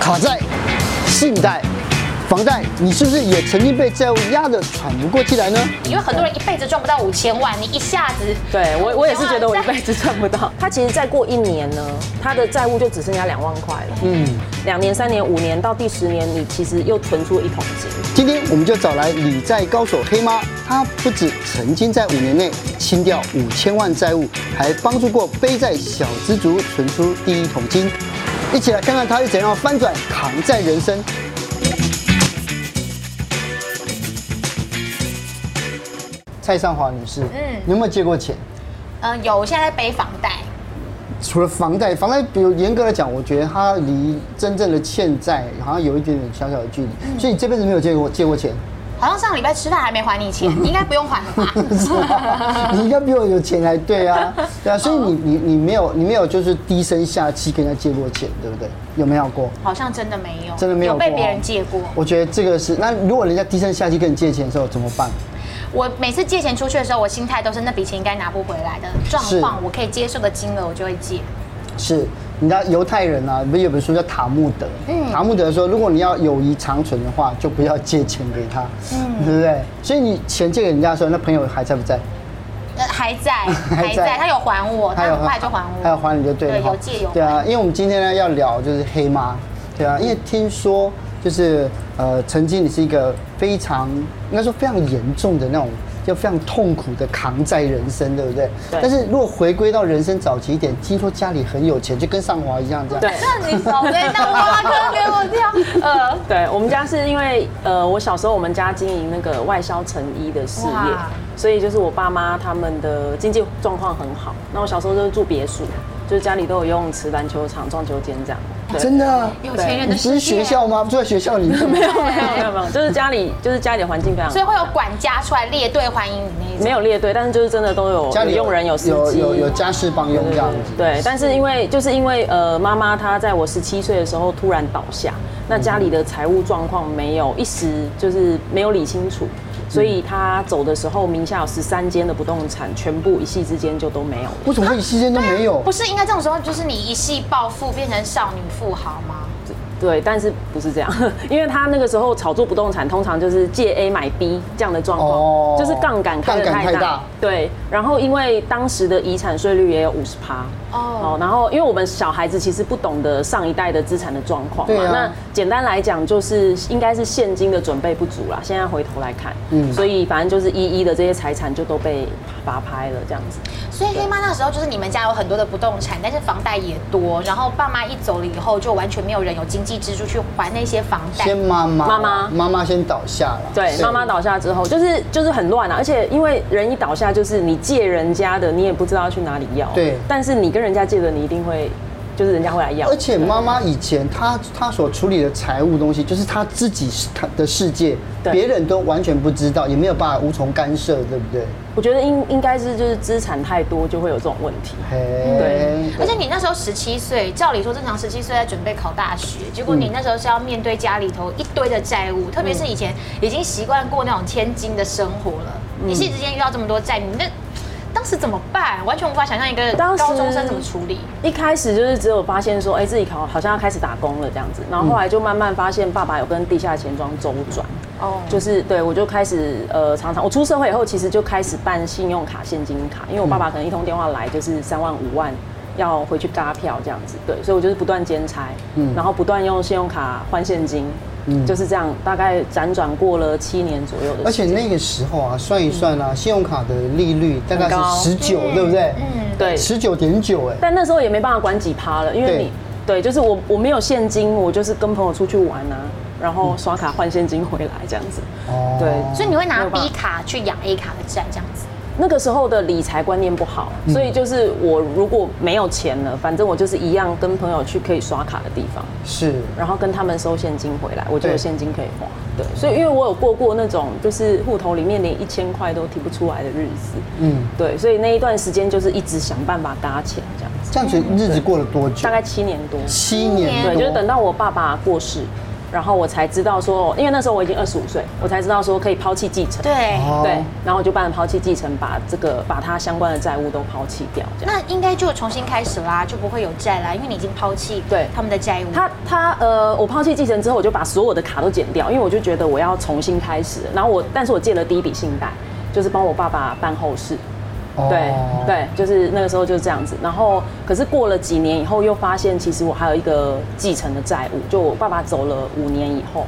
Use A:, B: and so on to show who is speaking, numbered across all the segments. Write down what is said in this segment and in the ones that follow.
A: 卡债、信贷、房贷，你是不是也曾经被债务压得喘不过气来呢？
B: 因为很多人一辈子赚不到五千万，你一下子
C: 对我我也是觉得我一辈子赚不到。哦 他其实再过一年呢，他的债务就只剩下两万块了。嗯，两年、三年、五年到第十年，你其实又存出一桶金。
A: 今天我们就找来理债高手黑妈，她不止曾经在五年内清掉五千万债务，还帮助过背债小资族存出第一桶金。一起来看看她是怎样翻转扛债人生。蔡尚华女士，嗯，你有没有借过钱？
B: 嗯，有现在在背房贷，
A: 除了房贷，房贷比如严格来讲，我觉得它离真正的欠债好像有一点点小小的距离。
B: 嗯
A: 所以你这辈子没有借过借过 钱，
B: 好像上礼拜吃饭还没还你钱，你应该不用还了吧？
A: 是 吧你应该比我有钱才对啊，对啊，所以你你你没有你没有就是低声下气跟人家借过钱，对不对？有没有过？
B: 好像真的没有，
A: 真的没有过
B: 被别人借过。
A: 我觉得这个是，那如果人家低声下气跟你借钱的时候怎么办？
B: 我每次借钱出去的时候，我心态都是那笔钱应该拿不回来的状况，
A: 是
B: 我可以接受的金额我就会借。
A: 是，你知道犹太人啊，不是有本书叫塔木德？
B: 嗯
A: 塔木德说，如果你要友谊长存的话，就不要借钱给他，嗯，对不对？所以你钱借给人家的时候，那朋友还在不在？
B: 呃，还在，还
A: 在
B: 在，他有还我，他很快就还我，
A: 他有还你就对了
B: 对，
A: 哈。
B: 有借有
A: 对
B: 还。
A: 啊，因为我们今天呢要聊就是黑妈，对啊，因为听说就是呃，曾经你是一个非常应该说非常严重的那种。就非常痛苦的扛债人生，对不对？
C: 对
A: 但是如果回归到人生早期一点，听说家里很有钱，就跟上华一样这样。
C: 对
B: 那你少在那挖坑给我跳，呃，
C: 对我们家是因为呃，我小时候我们家经营那个外销成衣的事业
B: 哇，
C: 所以就是我爸妈他们的经济状况很好。那我小时候就是住别墅，就是家里都有游泳池、篮球场、撞球间这样。对
A: 真的？
B: 有钱人
A: 你
B: 的
A: 不是
B: 世界
A: 学校吗？不住在学校里面吗？
C: 啊 没有没有没有，就是家里就是家里的环境非常好
B: 所以会有管家出来列队欢迎你那一种。
C: 没有列队，但是就是真的都有
A: 家
C: 有
A: 里
C: 佣人有司
A: 有
C: 机
A: 有有家事帮佣这样子。
C: 对，但是因为就是因为呃，妈妈她在我十七岁的时候突然倒下，那家
A: 嗯
C: 里的财务状况没有一时就是没有理清楚，所
A: 嗯
C: 以她走的时候名下有十三间的不动产，全部一夕之间就都没有了。
A: 为什么会一时间都没有
B: 不？是应该这种时候就是你一夕暴富变成少女富豪吗？
C: 对，但是不是这样？ 因为她那个时候炒作不动产，通常就是借 A 买 B 这样的状况，
A: 哦
C: 就是杠杆开的
A: 杠
C: 太
A: 杆
C: 大。
A: 太大
C: 对，然后因为当时的遗产税率也有五十趴。
B: 哦
C: 哦，然后因为我们小孩子其实不懂得上一代的资产的状况嘛，
A: 对啊
C: 那简单来讲就是应该是现金的准备不足啦。现在回头来看，
A: 嗯
C: 嗯，所以反正就是一一的这些财产就都被法拍了这样子。
B: 所以黑妈那时候就是你们家有很多的不动产，但是房贷也多，然后爸妈一走了以后，就完全没有人有经济支柱去还那些房贷
A: 先。妈妈，
C: 妈妈
A: 妈妈先倒下了。
C: 对，妈妈倒下之后就是就是很乱啊，而且因为人一倒下，就是你借人家的，你也不知道要去哪里要。
A: 对
C: 但是你跟人家借的，你一定会就是人家会来要
A: 而。且妈妈以前她她所处理的财务东西，就是她自己她的世界，
C: 对
A: 别人都完全不知道，也没有办法无从干涉，对不对？
C: 我觉得应应该是就是资产太多就会有这种问题。
A: 嘿，
B: 而且你那时候十七岁，照理说正常十七岁在准备考大学，结果你那时候是要面对家里头一堆的债务，特别是以前已经习惯过那种千金的生活了，
A: 嗯
B: 一夕之间遇到这么多债，你那当时怎么办？完全无法想象一个
C: 当时
B: 高中生怎么处理。
C: 一开始就是只有发现说，哎、自己考好像要开始打工了这样子，然后后来就慢慢发现爸爸有跟地下钱庄周转，
A: 嗯
B: 哦，
C: 就是对我就开始呃常常我出社会以后，其实就开始办信用卡、现金卡，因为我爸
A: 嗯
C: 爸可能一通电话来就是三万五万。要回去搭票这样子，对，所以我就是不断兼差，
A: 嗯
C: 然后不断用信用卡换现金，
A: 嗯
C: 就是这样，大概辗转过了七年左右的
A: 而
C: 时间。
A: 且那个时候啊，算一算啊，信用卡的利率大概
C: 嗯很高
A: 是十九，对不对？
B: 嗯，
C: 对，
A: 十九点九，哎，
C: 但那时候也没办法管几趴了，因为你对，就是我我没有现金，我就是跟朋友出去玩啊，然后
A: 嗯
C: 刷卡换现金回来这样子。
A: 哦
C: 对
B: 所以你会拿
C: 嗯没有办法
B: B 卡去养 A 卡的债这样子。
C: 那个时候的理财观念不好，所以就是我如果没有钱了，反正我就是一样跟朋友去可以刷卡的地方，
A: 是
C: 然后跟他们收现金回来，我就
A: 对
C: 有现金可以花。对，所以因为我有过过那种就是户头里面连一千块都提不出来的日子，
A: 嗯，
C: 对，所以那一段时间就是一直想办法搭钱这样子，
A: 这样子日子过了多久？
C: 大概七年多。
A: 七年
C: 对，
A: 多，
C: 就是等到我爸爸过世，然后我才知道说，因为那时候我已经二十五岁，我才知道说可以抛弃继承。
B: 对，
A: 哦
C: 哎对，然后我就办了抛弃继承，把这个把它相关的债务都抛弃掉，这样。
B: 那应该就重新开始啦，就不会有债啦，因为你已经抛弃
C: 对
B: 他们的债务。
C: 他他呃，我抛弃继承之后，我就把所有的卡都剪掉，因为我就觉得我要重新开始。然后我，但是我借了第一笔信贷，就是帮我爸爸办后事。对
A: 哦
C: 对，就是那个时候就是这样子。然后，可是过了几年以后，又发现其实我还有一个继承的债务，就我爸爸走了五年以后，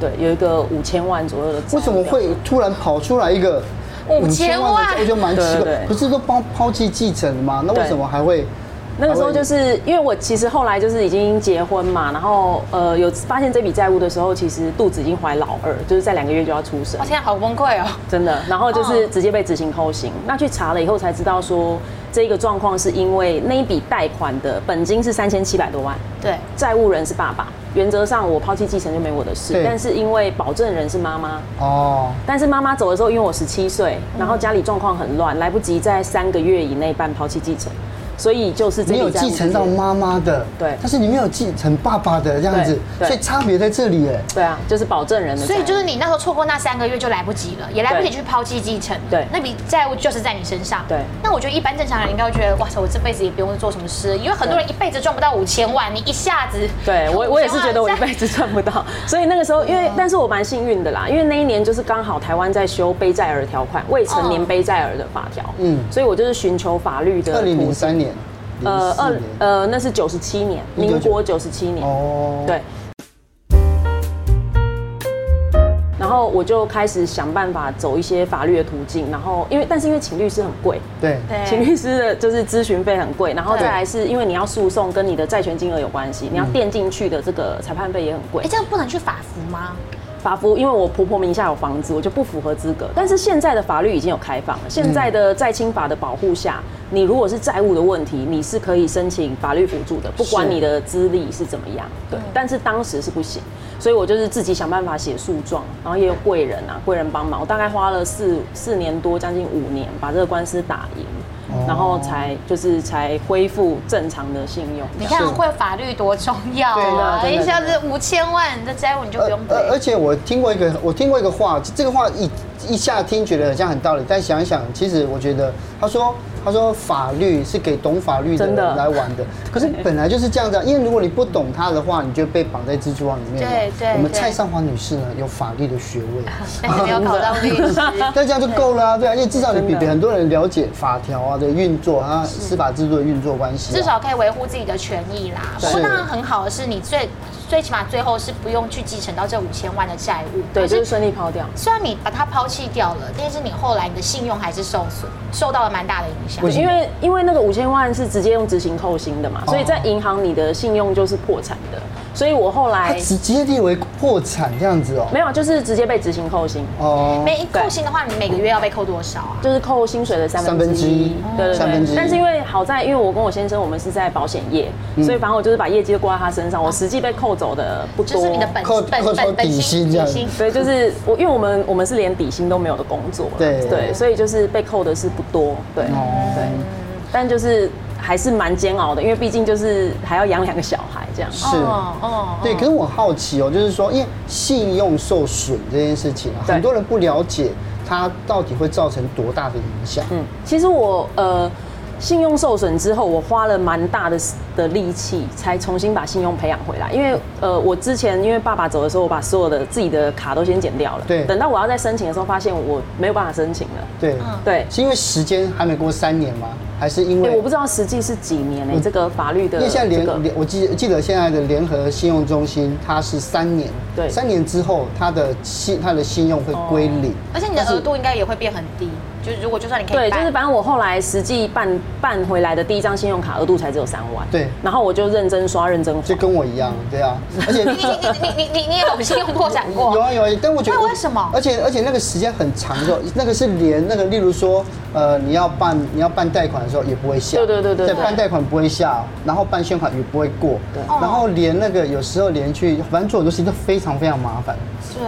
C: 对，有一个五千万左右的债务。
A: 为什么会突然跑出来一个
B: 五千
A: 5000
B: 万
A: 的？我就蛮奇
C: 对对
A: 怪，
C: 对
A: 不是都抛抛弃继承了吗？那为
C: 对
A: 什么还会？
C: 那个时候就是因为我其实后来就是已经结婚嘛，然后呃有发现这笔债务的时候，其实肚子已经怀老二，就是在两个月就要出生
B: 我，天啊，好崩溃哦！
C: 真的。然后就是
B: 嗯
C: 直接被执行扣刑。那去查了以后才知道说，这个状况是因为那一笔贷款的本金是三千七百多万，
B: 对，
C: 债务人是爸爸。原则上我抛弃继承就没我的事
A: 对，
C: 但是因为保证人是妈妈，
A: 哦，
C: 但是妈妈走的时候，因为我十七岁，然后家里状况很乱，来不及在三个月以内办抛弃继承，所以就是这
A: 你
C: 笔
A: 有
C: 债务
A: 继承到
C: 直接
A: 妈妈的，
C: 对
A: 但是你没有继承爸爸的这样子，
C: 对对
A: 所以差别在这里哎。
C: 对啊，就是保证人的债
B: 所
C: 务。
B: 以就是你那时候错过那三个月就来不及了，也来不及
C: 对
B: 去抛弃继承了，
C: 对
B: 那笔债务就是在你身上。
C: 对
B: 那我觉得一般正常人应该会觉得，哇塞，我这辈子也不用做什么事，因为很多人一辈子赚不到五千万，你一下子
C: 对我我也是觉得我一辈
B: 子
C: 子赚不到，所以那个时候因为，但是我蛮幸运的啦，因为那一年就是刚好台湾在修背债儿条款，未成年
B: 嗯
C: 背债儿的法条，
A: 嗯
C: 嗯，所以我就是寻求法律的
A: 二零零
C: 途径。
A: 三年，
C: 呃
A: 零四
C: 二
A: 年，
C: 呃那是九十七年，民国九十七年，
A: 哦，
C: 对。然后我就开始想办法走一些法律的途径，然后因为但是因为请律师很贵，
A: 对
C: 请律师的就是咨询费很贵，然后
B: 对嗯
C: 再来是因为你要诉讼跟你的债权金额有关系，你要垫进去的这个裁判费也很贵
B: 哎，。这样不能去法服吗？
C: 法服因为我婆婆名下有房子，我就不符合资格。但是现在的法律已经有开放了，现在的债亲法的保护下，你如果是债务的问题，你是可以申请法律辅助的，不管
A: 是
C: 你的资历是怎么样。对，但是当时是不行，所以我就是自己想办法写诉状，然后也有贵人啊，贵人帮忙，我大概花了四四年多，将近五年把这个官司打赢。然后才就是才恢复正常的信用。
B: 你看会法律多重要
A: 对
B: 啊！
C: 真的真
B: 一
C: 的
B: 下子五千万的债务你就不
A: 而
B: 用背
A: 呃而。而且我听过一个，我听过一个话，这个话一一下听觉得好像很道理，但想一想，其实我觉得他说他说法律是给懂法律的人
C: 真的
A: 来玩的，可是本来就是这样子、啊，因为如果你不懂它的话，你就被绑在蜘蛛网里面了。
B: 对对
A: 我们
B: 对
A: 蔡尚华女士呢有法律的学 位，
B: 但是没有考到律师，
A: 但这样就够了啊，对啊，因为至少你比
C: 真的
A: 比很多人了解法条啊的运作啊，司法制度的运作关系啊、
B: 至少可以维护自己的权益啦。
A: 是
B: 不过当然很好的是，你最最起码最后是不用去继承到这五千万的债务。
C: 对，
B: 可
C: 就是
B: 是
C: 顺利抛掉。
B: 虽然你把它抛弃掉了，但是你后来你的信用还是受损，受到了蛮大的影响
A: 为。什么
C: 因为因为那个五千万是直接用执行扣薪的嘛，
A: 哦
C: 所以在银行你的信用就是破产的，所以我后
A: 他
C: 来
A: 直接列为破产这样子哦、
C: 没有，就是直接被执行扣薪，
A: 哦，
B: 每一扣薪的话，你每个月要被扣多少啊？
C: 就是扣薪水的三
A: 三
C: 分
A: 分
C: 之
A: 之
C: 一
A: 一，
C: 对对
A: 三分之
C: 对
A: 一。
C: 但是因为好在，因为我跟我先生我们是在保险业，
A: 嗯
C: 所以反正我就是把业绩都挂在他身上，我实际被扣走的不多。
B: 就是你的本
A: 扣
B: 本
A: 扣
B: 本
A: 扣
B: 本
A: 底薪这
B: 底
A: 样
B: 薪。
C: 对，就是我，因为我们我们是连底薪都没有的工作啦，
A: 对
C: 对，所以就是被扣的是不多，对
A: 哦
C: 对，但就是还是蛮煎熬的，因为毕竟就是还要养两个小孩这样。
A: 是。
B: 哦哦
C: 嗯
A: 对，可是我好奇哦，就是说，因为信用受损这件事情啊，
C: 对
A: 很多人不了解它到底会造成多大的影响。
C: 嗯，其实我呃，信用受损之后，我花了蛮大的的力气，才重新把信用培养回来。因为
A: 嗯
C: 呃，我之前因为爸爸走的时候，我把所有的自己的卡都先剪掉了。
A: 对
C: 等到我要再申请的时候，发现我没有办法申请了。
A: 对，
C: 对，
A: 是因为时间还没过三年吗？还是因
C: 因
A: 为
C: 为我不知道实际是几年呢、这个法律的
A: 嗯因为现在
C: 这个
A: 联联，我记记得现在的联合信用中心，它是三年，
C: 对
A: 三年之后，它的信它的信用会归零。
C: 哦
B: 而且你的额度应该也会变很低，就是如果就算你可以
C: 对，就
B: 办
C: 是反正我后来实际办办回来的第一张信用卡额度才只有三万。
A: 对
C: 然后我就认真刷，认真还
A: 就。跟我一样，对啊，而且
B: 你你你你你也有信用破产过？
A: 有啊有啊，但我觉得
B: 那为什么
A: 而且而且那个时间很长的，那个是连那个，例如说，呃，你要办你要办贷款的时候也不会下，
C: 对对对对对
A: 办贷款不会下，然后办宣款也不会过，
C: 对
A: 然后连那个有时候连去，反正做很多事情都非常非常麻烦，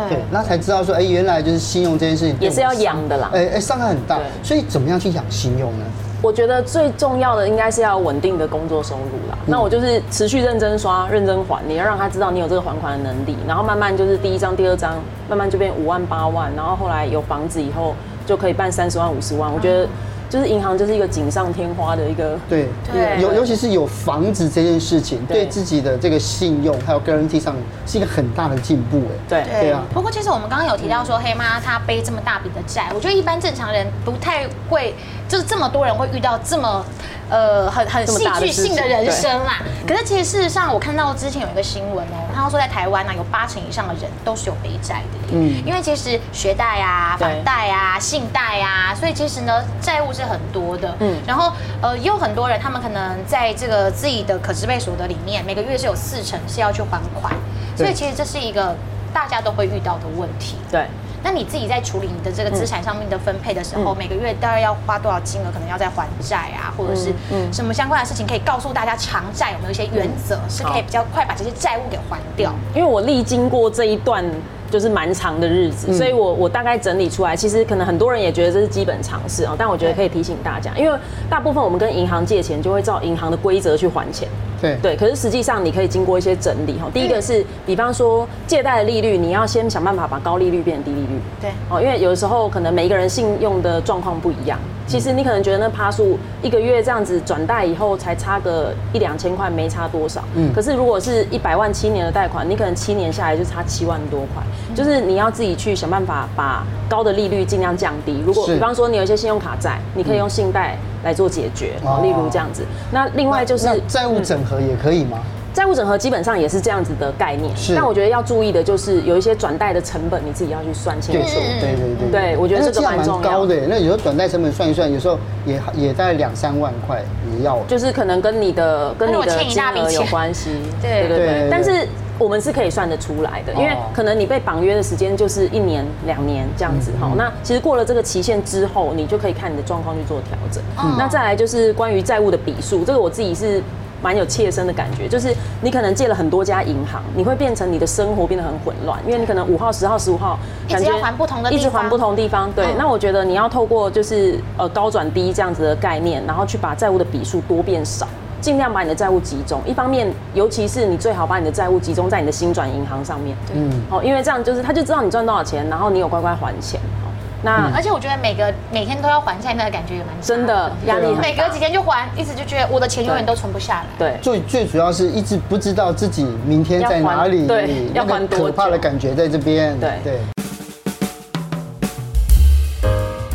A: 对，那才知道说，哎，原来就是信用这件事情
C: 也是要，养的啦。
A: 哎哎，伤害很大
C: 对，
A: 所以怎么样去养信用呢？
C: 我觉得最重要的应该是要有稳定的工作收入啦。那我就是持续认真刷，认真还，你要让他知道你有这个还款的能力，然后慢慢就是第一张、第二张，慢慢就变五万、八万，然后后来有房子以后就可以办三十万、五十万。我觉得就是银行就是一个锦上添花的一个
A: 对，
B: 对
A: 尤尤其是有房子这件事情，
C: 对
A: 对自己的这个信用还有 guarantee 上是一个很大的进步，哎，
C: 对嗯
A: 对啊
B: 不过其实我们刚刚有提到说，黑妈她背这么大笔的债，我觉得一般正常人不太会，就是这么多人会遇到这么，呃，很很
C: 这么
B: 戏
C: 大的
B: 剧
C: 事
B: 性的
C: 情
B: 人
C: 对
B: 生啦。可是其实事实上，我看到之前有一个新闻哦，他说在台湾呢、有八成以上的人都是有背债的，嗯
A: 嗯，
B: 因为其实学贷啊、
C: 对
B: 房贷啊、信贷啊，所以其实呢，债务是很多的，嗯
C: 嗯，
B: 然后呃，也有很多人他们可能在这个自己的可支配所得里面，每个月是有四成是要去还款，所
A: 对
B: 以其实这是一个大家都会遇到的问题。
C: 对。
B: 那你自己在处理你的这个
C: 嗯
B: 资产上面的分配的时候，每个月大概要花多少金额，可能要再还债啊，或者是
C: 嗯嗯
B: 什么相关的事情，可以告诉大家偿债有没有一些原则，是可以
C: 好
B: 比较快把这些债务给还掉。
C: 因为我历经过这一段就是蛮长的日子，所以我我大概整理出来，其实可能很多人也觉得这是基本常识啊，但我觉得可以提醒大家，因为大部分我们跟银行借钱就会照银行的规则去还钱，
A: 对
C: 对，可是实际上你可以经过一些整理哈。第一个
A: 嗯
C: 是，比方说借贷的利率，你要先想办法把高利率变低利率。
B: 对啊
C: 哦，因为有的时候可能每一个人信用的状况不一样，其实你可能觉得那趴数一个月这样子转贷以后才差个一两千块，没差多少。
A: 嗯
C: 可是如果是一百万七年的贷款，你可能七年下来就差七万多块，
A: 嗯
C: 就是你要自己去想办法把高的利率尽量降低。如果
A: 是嗯
C: 比方说你有一些信用卡债，你可以用信贷来做解决，哦
A: 哦，
C: 例如这样子。那另外就是
A: 那债务
C: 嗯
A: 整合也可以吗？
C: 债务整合基本上也是这样子的概念，
A: 是
C: 但我觉得要注意的就是有一些转贷的成本，你自己要去算清
A: 对
C: 楚。
B: 嗯
A: 对对对
C: 对我觉得
A: 那
C: 这个
A: 价
C: 蛮重要
A: 高的耶，那有时候短贷成本算一算，有时候也也大概两三万块也要。
C: 就是可能跟你的跟你
B: 那如果
C: 的
B: 欠一
C: 金
B: 大笔
C: 额有
B: 钱
C: 关系，
B: 对
C: 对
A: 对对对
C: 但是我们是可以算得出来的，因为
A: 哦
C: 可能你被绑约的时间就是一年、两年这样子哈、
A: 嗯
C: 那其实过了这个期限之后，你就可以看你的状况去做调整、
B: 嗯
C: 那再来就是关于债务的笔数，这个我自己是。蛮有切身的感觉，就是你可能借了很多家银行，你会变成你的生活变得很混乱，因为你可能五号、十号、十五号，
B: 一直要还不同的地
C: 一
B: 方
C: 直还不同地方。对，
B: 嗯
C: 那我觉得你要透过就是呃高转低这样子的概念，然后去把债务的笔数多变少，尽量把你的债务集中。一方面，尤其是你最好把你的债务集中在你的新转银行上面，
B: 对
A: 嗯，
C: 哦，因为这样就是他就知道你赚多少钱，然后你有乖乖还钱。哦那、
A: 嗯
B: 而且我觉得每个每天都要还债，那个感觉也蛮差
C: 真的压力很大
B: 每隔几天就还，一直就觉得我的钱永远都存不下来。
C: 对。
A: 最最主要是一直不知道自己明天在哪里，
C: 要还对
A: 那
C: 要
A: 个
C: 还多久
A: 可怕的感觉在这边。
C: 对
A: 对，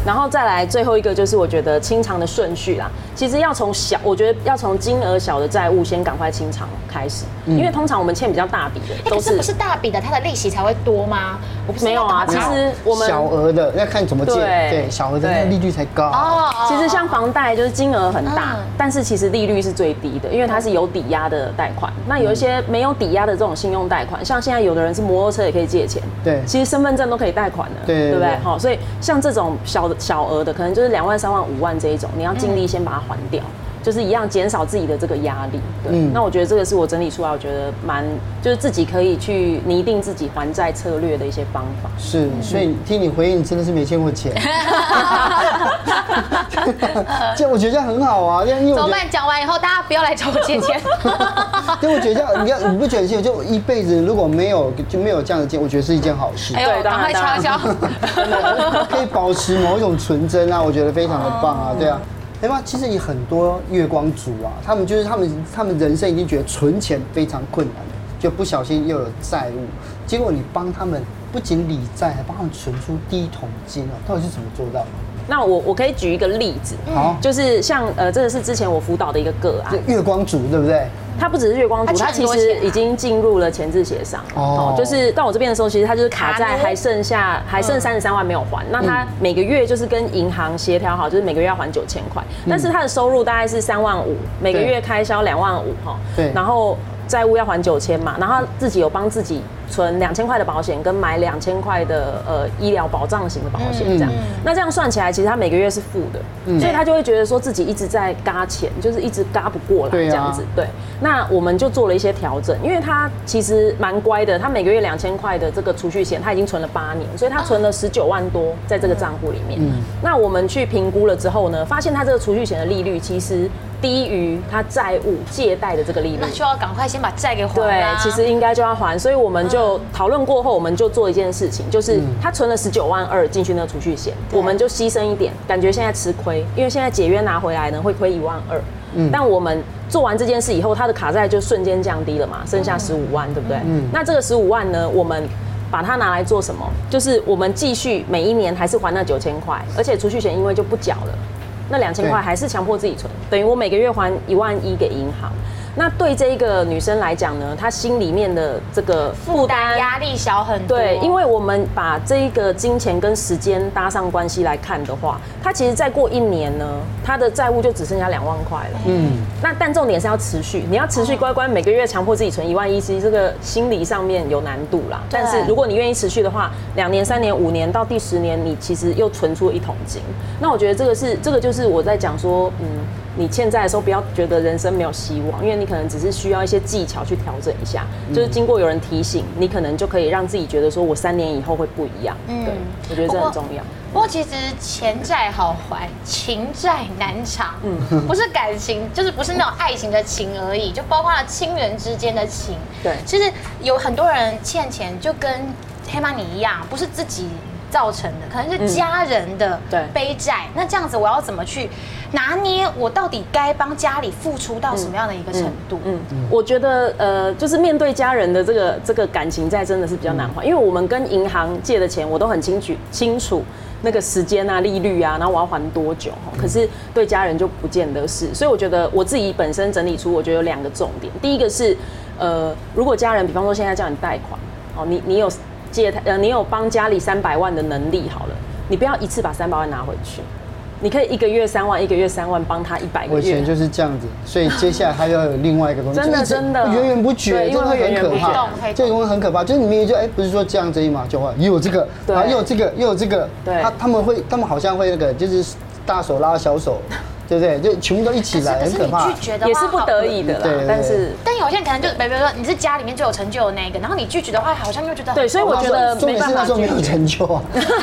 C: 然后再来最后一个就是我觉得清偿的顺序啦，其实要从小，我觉得要从金额小的债务先赶快清偿开始，
A: 嗯
C: 因为通常我们欠比较大笔的
B: 哎，
C: 都
B: 可
C: 是
B: 是不是大笔的，它的利息才会多吗？我不是
C: 没有啊，
B: 要打
C: 其
B: 扰
C: 实我们
A: 小额的要看怎么借，
C: 对
A: 对，小额的那
C: 对
A: 利率才高。
B: 哦，
C: 其实像房贷就是金额很大
B: 嗯，
C: 但是其实利率是最低的，因为它是有抵押的贷款。那有一
B: 嗯
C: 些没有抵押的这种信用贷款，像现在有的人是摩托车也可以借钱，
A: 对
C: 其实身份证都可以贷款的，
A: 对对
C: 不
A: 对
C: 对？好，所以像这种小的小额的，可能就是两万、三万、五万这一种，你要尽力
B: 嗯
C: 先把它还掉。就是一样减少自己的这个压力，对。
A: 嗯
C: 那我觉得这个是我整理出来，我觉得蛮就是自己可以去拟定自己还债策略的一些方法。
A: 是，所
C: 嗯
A: 以听你回应，你真的是没欠过 钱。 这样我觉得这样很好啊，这样因为
B: 怎
A: 我觉
B: 么
A: 得
B: 办？讲完以后，大家不要来找我借 钱。
A: 对，我觉得这样，你看，你不觉得就就一辈子如果没有就没有这样的经验，我觉得是一件好事
B: 哎，呦，
C: 对当
B: 赶
C: 然
B: 快
C: 当
B: 敲
C: 然
B: 一敲。
A: 可以保持某一种纯真啊，我觉得非常的棒啊，对
B: 哦
A: 啊。哎妈，其实也很多月光族啊，他们就是他们他们人生已经觉得存钱非常困难，就不小心又有债务，结果你帮他们不仅理债，还帮他们存出第一桶金啊，到底是怎么做到的？
C: 那我我可以举一个例子，
B: 嗯
A: 好
C: 就是像呃，这个是之前我辅导的一个个案
A: 这，月光族对不对？
C: 他不只是月光族，
B: 他
C: 他
B: 欠
C: 其
B: 很多
C: 实
B: 钱啊
C: 已经进入了前置协商。
A: 哦
C: 哦，就是到我这边的时候，其实他就是卡
B: 卡嗯
C: 在
B: 奴
C: 还剩下还剩三十三万没有还，那他
A: 嗯
C: 每个月就是跟银行协调好，就是每个月要还九千块，但是他的收入大概是三万五，每个
A: 嗯对
C: 月开销两万五哈，
A: 对
C: 然后。债务要还九千嘛，然后他自己有帮自己存两千块的保险，跟买两千块的呃医疗保障型的保险
A: 嗯
C: 这样。
B: 嗯
C: 那这样算起来，其实他每个月是负的，所以他就会觉得说自己一直在嘎钱，就是一直嘎不过来
A: 对啊
C: 这样子。对，那我们就做了一些调整，因为他其实蛮乖的，他每个月两千块的这个储蓄险，他已经存了八年，所以他存了十九万多在这个账户里面。那我们去评估了之后呢，发现他这个储蓄险的利率其实低于他债务借贷的这个利率
B: 那。就要赶快先把债给还
C: 对
B: 啦。，
C: 其实应该就要还，所以我们就讨论过后，我们就做一件事情，就是他存了十九万二进去那个储蓄险，
B: 对
C: 我们就牺牲一点，感觉现在吃亏，因为现在解约拿回来呢会亏一万二，但我们做完这件事以后，他的卡债就瞬间降低了嘛，剩下十五万，对不对？那这个十五万呢，我们。把它拿来做什么？就是我们继续每一年还是还那九千块，而且储蓄险因为就不缴了，那两千
A: 对
C: 块还是强迫自己存，等于我每个月还一万一给银行。那对这一个女生来讲呢，她心里面的这个
B: 负担压力小很多。
C: 对，因为我们把这一个金钱跟时间搭上关系来看的话，她其实再过一年呢，她的债务就只剩下两万块了。嗯，那但重点是要持续，你要持
B: 哦
C: 续乖乖每个月强迫自己存一万一，其实这个心理上面有难度啦。
B: 对
C: 但是如果你愿意持续的话，两年、三年、五年到第十年，你其实又存出一桶金。那我觉得这个是这个就是我在讲说，嗯。你欠债的时候，不要觉得人生没有希望，因为你可能只是需要一些技巧去调整一下，就是经过有人提醒，你可能就可以让自己觉得说，我三年以后会不一样。嗯，对，我觉得这很重要。
B: 不过其实钱债好还，情债难偿。嗯，不是感情，就是不是那种爱情的情而已，就包括了亲人之间的情。
C: 对
B: 其实有很多人欠钱，就跟黑妈你一样，不是自己。造成的可能是家人的
C: 嗯对
B: 背债，那这样子我要怎么去拿捏？我到底该帮家里付出到什么样的一个程度？嗯，
C: 我觉得呃，就是面对家人的这个这个感情债真的是比较难
A: 嗯
C: 还，因为我们跟银行借的钱，我都很清楚清楚那个时间啊、利率啊，然后我要还多久。哦
A: 嗯
C: 可是对家人就不见得是，所以我觉得我自己本身整理出，我觉得有两个重点，第一个是呃，如果家人比方说现在叫你贷款，哦，你你有借他呃，你有帮家里三百万的能力好了，你不要一次把三百万拿回去。你可以一个月三万，一个月三万，帮他一百个
A: 我以
C: 月
A: 前。就是这样子，所以接下来他要有另外一个东西，
C: 真的
A: 就一直
C: 真的
A: 源源不绝，真
C: 对因为
A: 的
C: 会源
A: 很
C: 源
A: 可
C: 不绝
A: 怕
B: 黑洞黑，
A: 这个东西很可怕。就是你明明就哎，不是说这样子一码就坏，也有这个，
C: 对
A: 然后又有这个，又有这个，啊
C: 对
A: 他他们会，他们好像会那个，就是大手拉小 手，对不对？就全部都一起来，
B: 可
A: 很
B: 是
A: 可
B: 你
A: 怕
B: 拒。绝的话，
C: 也是不得已啊的
A: 对
C: 啦
A: 对，
C: 但是
B: 但有些人可能就，比如说你是家里面最有成就的那一个，然后你拒绝的话，好像又觉得很
C: 对所以我觉得
A: 重点哦是那时候没有成就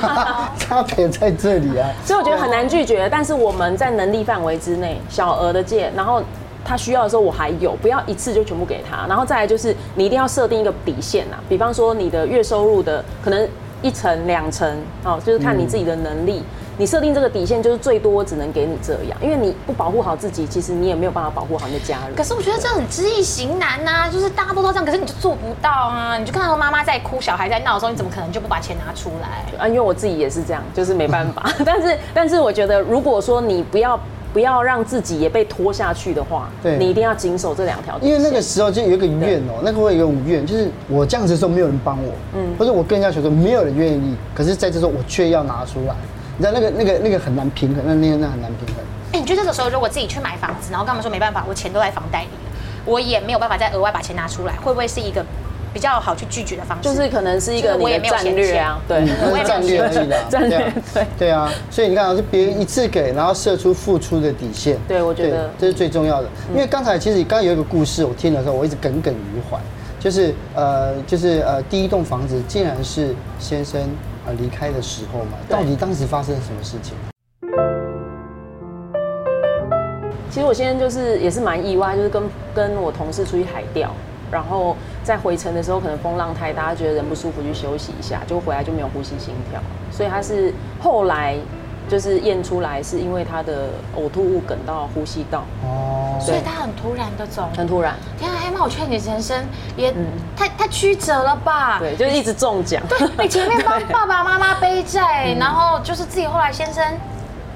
A: 啊， 差别在这里啊。
C: 所以我觉得很难拒绝，但是我们在能力范围之内，小额的借，然后他需要的时候我还有，不要一次就全部给他。然后再来就是你一定要设定一个底线啊，比方说你的月收入的可能一成两成哦，就是看
A: 嗯
C: 你自己的能力。你设定这个底线就是最多只能给你这样，因为你不保护好自己，其实你也没有办法保护好你的家人。
B: 可是我觉得这很知易行难呐、就是大家都知道这样，可是你就做不到啊！你就看到妈妈在哭，小孩在闹的时候，你怎么可能就不把钱拿出来？
C: 啊，因为我自己也是这样，就是没办法。 但是，但是我觉得，如果说你不要不要让自己也被拖下去的话，
A: 对
C: 你一定要谨守这两条底线。
A: 因为那个时候就有一个怨哦、那个会有一个怨，就是我这样子的时候没有人帮我，嗯，或者我跟人家求说没有人愿意，可是在这时候我却要拿出来，你知道那个那个那个很难平衡，那那那很难平衡。
B: 哎、你觉得这个时候如果自己去买房子，然后跟他们说没办法，我钱都在房贷里了，我也没有办法再额外把钱拿出来，会不会是一个比较好去拒绝的方式？
C: 就是可能是一个
B: 就是我
C: 你
B: 也
C: 的
B: 没有
C: 战略啊，对。
A: 那是战略而已啦，
C: 战略
A: 对啊
C: 对
A: 对啊，所以你看啊，就别人一次给，然后设出付出的底线，
C: 对我觉得嗯
A: 这是最重要的。因为刚才其实刚刚有一个故事，我听的时候我一直耿耿于怀，就是呃，就是呃，第一栋房子竟然是先生呃离开的时候嘛，
C: 对
A: 到底当时发生了什么事情？
C: 其实我现在就是也是蛮意外，就是跟跟我同事出去海钓，然后在回程的时候可能风浪太大，他觉得人不舒服去休息一下，就回来就没有呼吸心跳，所以他是后来就是验出来是因为他的呕吐物梗到呼吸道，
A: 哦，
B: 所以他很突然的走。
C: 很突然，
B: 天啊，黑猫，我劝你人生也、太太曲折了吧？
C: 对，就是一直中奖。
B: 你哎前面帮爸爸妈妈背债，
C: 嗯
B: 然后就是自己后来先生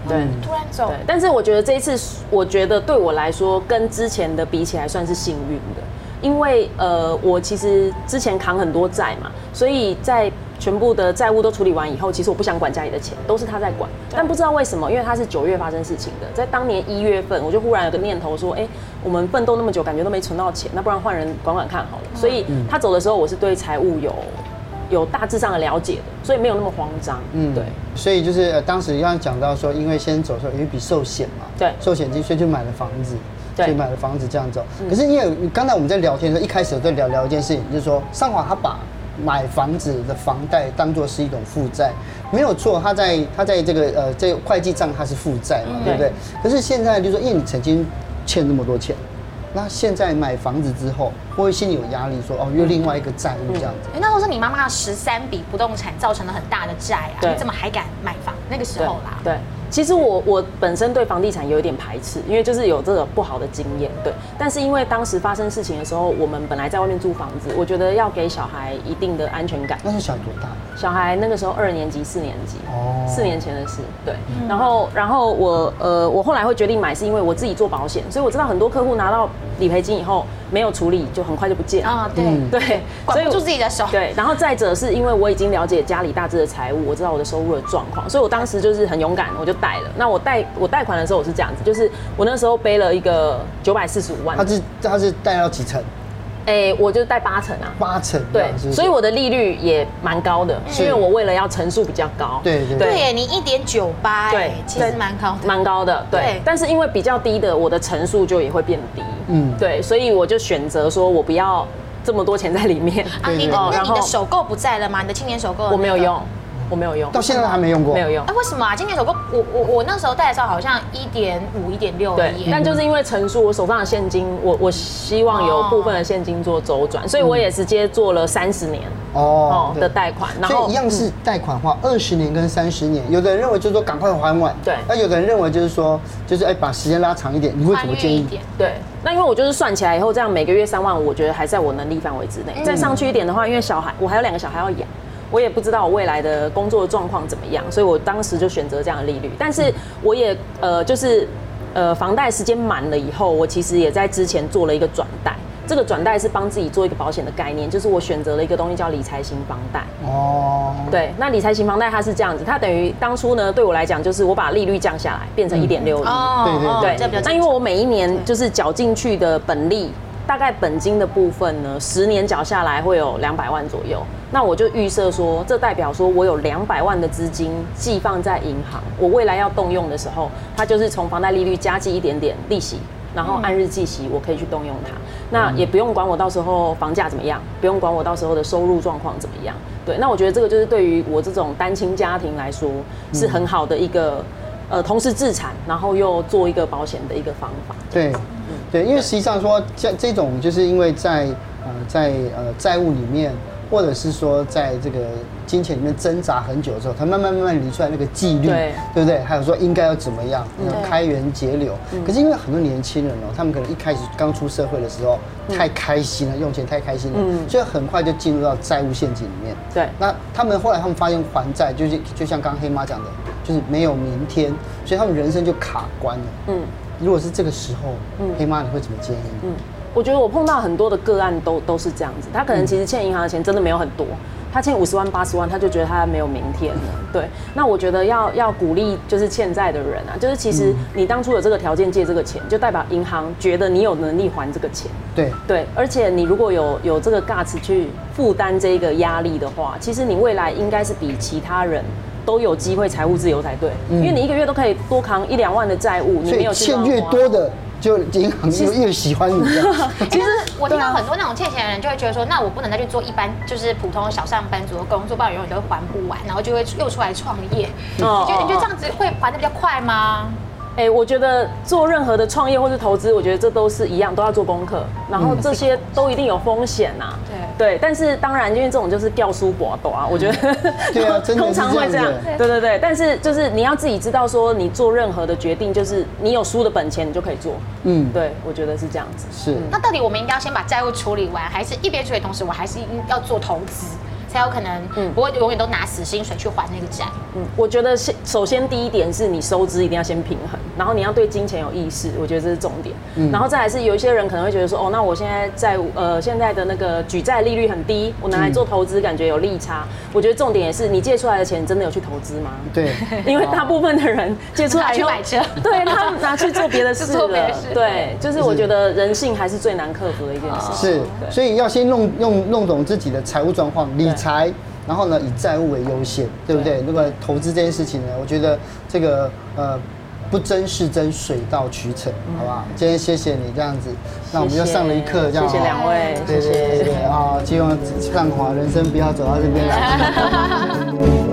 C: 对
B: 突然走
C: 对，，但是我觉得这一次，我觉得对我来说跟之前的比起来算是幸运的，因为呃，我其实之前扛很多债嘛，所以在全部的债务都处理完以后，其实我不想管家里的钱，都是他在管。但不知道为什么，因为他是九月发生事情的，在当年一月份，我就忽然有个念头说，哎、我们奋斗那么久，感觉都没存到钱，那不然换人管管看好了。所以他走的时候，我是对财务有有大致上的了解的，所以没有那么慌张。嗯，对。
A: 所以就是呃，当时刚刚讲到说，因为先走的时候有一笔寿险嘛，
C: 对
A: 寿险金，所以就买了房子，
C: 对
A: 所以买了房子这样走。可是因为呃刚才我们在聊天的时候，一开始有在聊聊一件事情，就是说上华他把买房子的房贷当做是一种负债，没有错，他在他在这个呃这个会计账他是负债嘛，
C: 嗯
A: 对不对？可是现在就是说，因为你曾经。欠那么多钱。那现在买房子之后，我会心里有压力说哦，又另外一个债务这样子。
B: 哎那时候是你妈妈十三笔不动产造成了很大的债啊，
C: 对
B: 你怎么还敢买房？那个时候啦，
C: 对，对其实我我本身对房地产有一点排斥，因为就是有这个不好的经验。对，但是因为当时发生事情的时候，我们本来在外面租房子，我觉得要给小孩一定的安全感。
B: 嗯
A: 那时候小孩多大？
C: 小孩那个时候二年级、四年级，
A: 哦
C: 四年前的事。对，
B: 嗯
C: 然后然后我呃，我后来会决定买，是因为我自己做保险，所以我知道很多客户拿到理赔金以后没有处理，就很快就不见了。
B: 啊，对，
A: 嗯
C: 对，
B: 管不住自己的手，
C: 对，然后再者是因为我已经了解家里大致的财务，我知道我的收入的状况，所以我当时就是很勇敢，我就贷了。那我贷我贷款的时候我是这样子，就是我那时候背了一个九百四十五万
A: 他，是他是贷到几层？
C: 哎，我就贷八成啊。
A: 八层这
C: 对
A: 样，是不是。
C: 所以我的利率也蛮高的，
A: 是
C: 因为我为了要层数比较高，
A: 对对
B: 对耶，你一点九八，
C: 对
B: 其实蛮高的。
C: 蛮高的，
B: 对
C: 对。但是因为比较低的，我的层数就也会变低，
A: 嗯
C: 嗯，对，所以我就选择说我不要这么多钱在里面，
B: 啊，你的
A: 对对
C: 对
B: 那
C: 然
B: 你的
C: 后
B: 首购不在了吗？你的青年首购的那个
C: 我没有用，我没有用，
A: 到现在都还没用过。
C: 没有用
B: 哎、。为什么啊？今年首购，我我我那时候贷的时候好像一点五、一点六而
C: 对
B: 已，。
C: 但就是因为陈述我手上的现金，我我希望有部分的现金做周转，所以我也直接做了三十年
A: 哦
C: 哦
A: 对
C: 的贷款，然
A: 所
C: 后嗯
A: 以一样是贷款的话，二十年跟三十年，有的人认为就是说赶快还完，
C: 对
A: 那有的人认为就是说，就是哎把时间拉长一点，你会怎么建
B: 一
A: 议？
B: 点，
C: 对。那因为我就是算起来以后，这样每个月三万五，我觉得还在我能力范围之内。再上去一点的话，因为小孩我还有两个小孩要养，我也不知道我未来的工作状况怎么样，所以我当时就选择这样的利率。但是我也呃就是呃房贷时间满了以后，我其实也在之前做了一个转贷。这个转贷是帮自己做一个保险的概念，就是我选择了一个东西叫理财型房贷。
A: 哦，
C: 对，那理财型房贷它是这样子，它等于当初呢对我来讲，就是我把利率降下来，变成一点六一。
B: 哦
A: 对对
C: 对
B: 这比较，
C: 那
B: 正
C: 因
B: 常
C: 为我每一年就是缴进去的本利，大概本金的部分呢，十年缴下来会有两百万左右。那我就预设说，这代表说我有两百万的资金寄放在银行，我未来要动用的时候，它就是从房贷利率加计一点点利息，然后按日计息，我可以去动用它。
B: 嗯
C: 那也不用管我到时候房价怎么样，不用管我到时候的收入状况怎么样。对，那我觉得这个就是对于我这种单亲家庭来说，是很好的一个呃，同时自产，然后又做一个保险的一个方法。
A: 对，对，因为实际上说，这这种就是因为在呃在呃债务里面，或者是说在这个金钱里面挣扎很久的时候，他慢慢慢慢理出来那个纪律，
C: 对
A: 对不对？还有说应该要怎么样，要
B: 对
A: 开源节流。
C: 嗯
A: 可是因为很多年轻人哦，他们可能一开始刚出社会的时候太开心了，用钱太开心了，
C: 嗯
A: 所以很快就进入到债务陷阱里面。
C: 对
A: 那他们后来他们发现还债，就是就像刚刚黑妈讲的，就是没有明天，所以他们人生就卡关了。
C: 嗯
A: 如果是这个时候，黑妈你会怎么建议？
C: 嗯，我觉得我碰到很多的个案都都是这样子，他可能其实欠银行的钱真的没有很多，他欠五十万八十万，他就觉得他没有明天了。对，那我觉得要要鼓励就是欠债的人啊，就是其实你当初有这个条件借这个钱，就代表银行觉得你有能力还这个钱。
A: 对，
C: 对，而且你如果有有这个 guts 去负担这个压力的话，其实你未来应该是比其他人都有机会财务自由才对，因为你一个月都可以多扛一两万的债务，你
A: 嗯所
C: 没
A: 以
C: 有去啊
A: 欠
C: 乱
A: 越
C: 花
A: 多的，就银行越越喜欢你这 样。
B: 其实啊我听到很多哎那种欠钱的人就会觉得说，那我不能再去做一般就是普通的小上班族的工作，不然永远都还不完，然后就会又出来创业。你
C: 哦
B: 觉得
C: 哦
B: 你觉得这样子会还的比较快吗？
C: 哎、我觉得做任何的创业或是投资，我觉得这都是一样，都要做功课，然
A: 嗯
C: 后这些都一定有风险呐、
B: 对
C: 对，但是当然，因为这种就是掉书博短啊，我觉得、
A: 对 啊真的
C: 通常
A: 是这样
C: 会这样
A: 子。
C: 对对对，但是就是你要自己知道说，你做任何的决定，就是你有输的本钱，你就可以做。
A: 嗯，
C: 对，我觉得是这样子。
A: 是。
B: 那到底我们应该要先把债务处理完，还是一边处理，同时我还是要做投资，才有可能不会永远都拿死薪水去还那个债？
C: 嗯，我觉得先首先第一点是你收支一定要先平衡，然后你要对金钱有意识，我觉得这是重点。
A: 嗯
C: 然后再来是有一些人可能会觉得说，哦，那我现在债务呃现在的那个举债利率很低，我拿来做投资感觉有利差。我觉得重点也是你借出来的钱真的有去投资吗？
A: 对，
C: 因为大部分的人借 出来以后
B: 拿去买车
C: 对他拿去做别的
B: 是
C: 事
B: 做别的
C: 了
B: 事。
C: 对，就是我觉得人性还是最难克服的一件事。
A: 是，所以要先弄弄弄懂自己的财务状况，理财，然后呢以债务为优先，对不对？那个投资这件事情呢，我觉得这个呃不争是争，水到渠成，
C: 嗯
A: 好不好？今天谢谢你这样子，那我们又上了一课，这样
C: 谢谢
A: 哦
C: 两位，
A: 对
C: 谢
A: 对对
C: 谢。
A: 对啊！希望上华人生不要走到这边来。